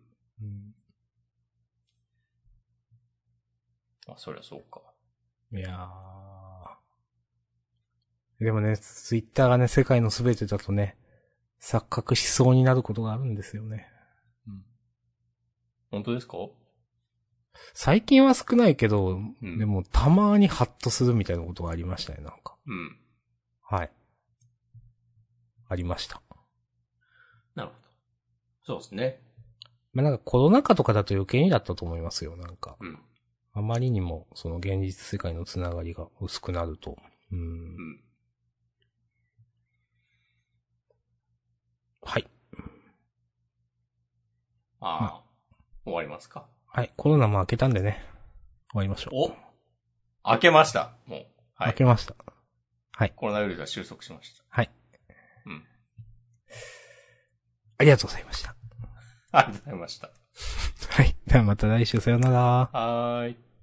あ、そりゃそうか。
いやー。でもね、ツイッターがね、世界のすべてだとね、錯覚しそうになることがあるんですよね。
本当ですか
最近は少ないけど、
うん
でもたまにハッとするみたいなことがありましたね、なんか。
うん。
はい。ありました。
なるほど。そうですね。
まあ、なんかコロナ禍とかだと余計にだったと思いますよ、なんか。
うん。
あまりにも、その現実世界のつながりが薄くなると。う。
うんん。
はい。
ああ。終わりますか。
はい。コロナも明けたんでね。終わりましょう。
お開けました。もう。は
明
い。
けました。
コロナウイルスが収束しました。
ありがとうございました。
ありがとうございました。
はい。ではまた来週さようなら。
はーい。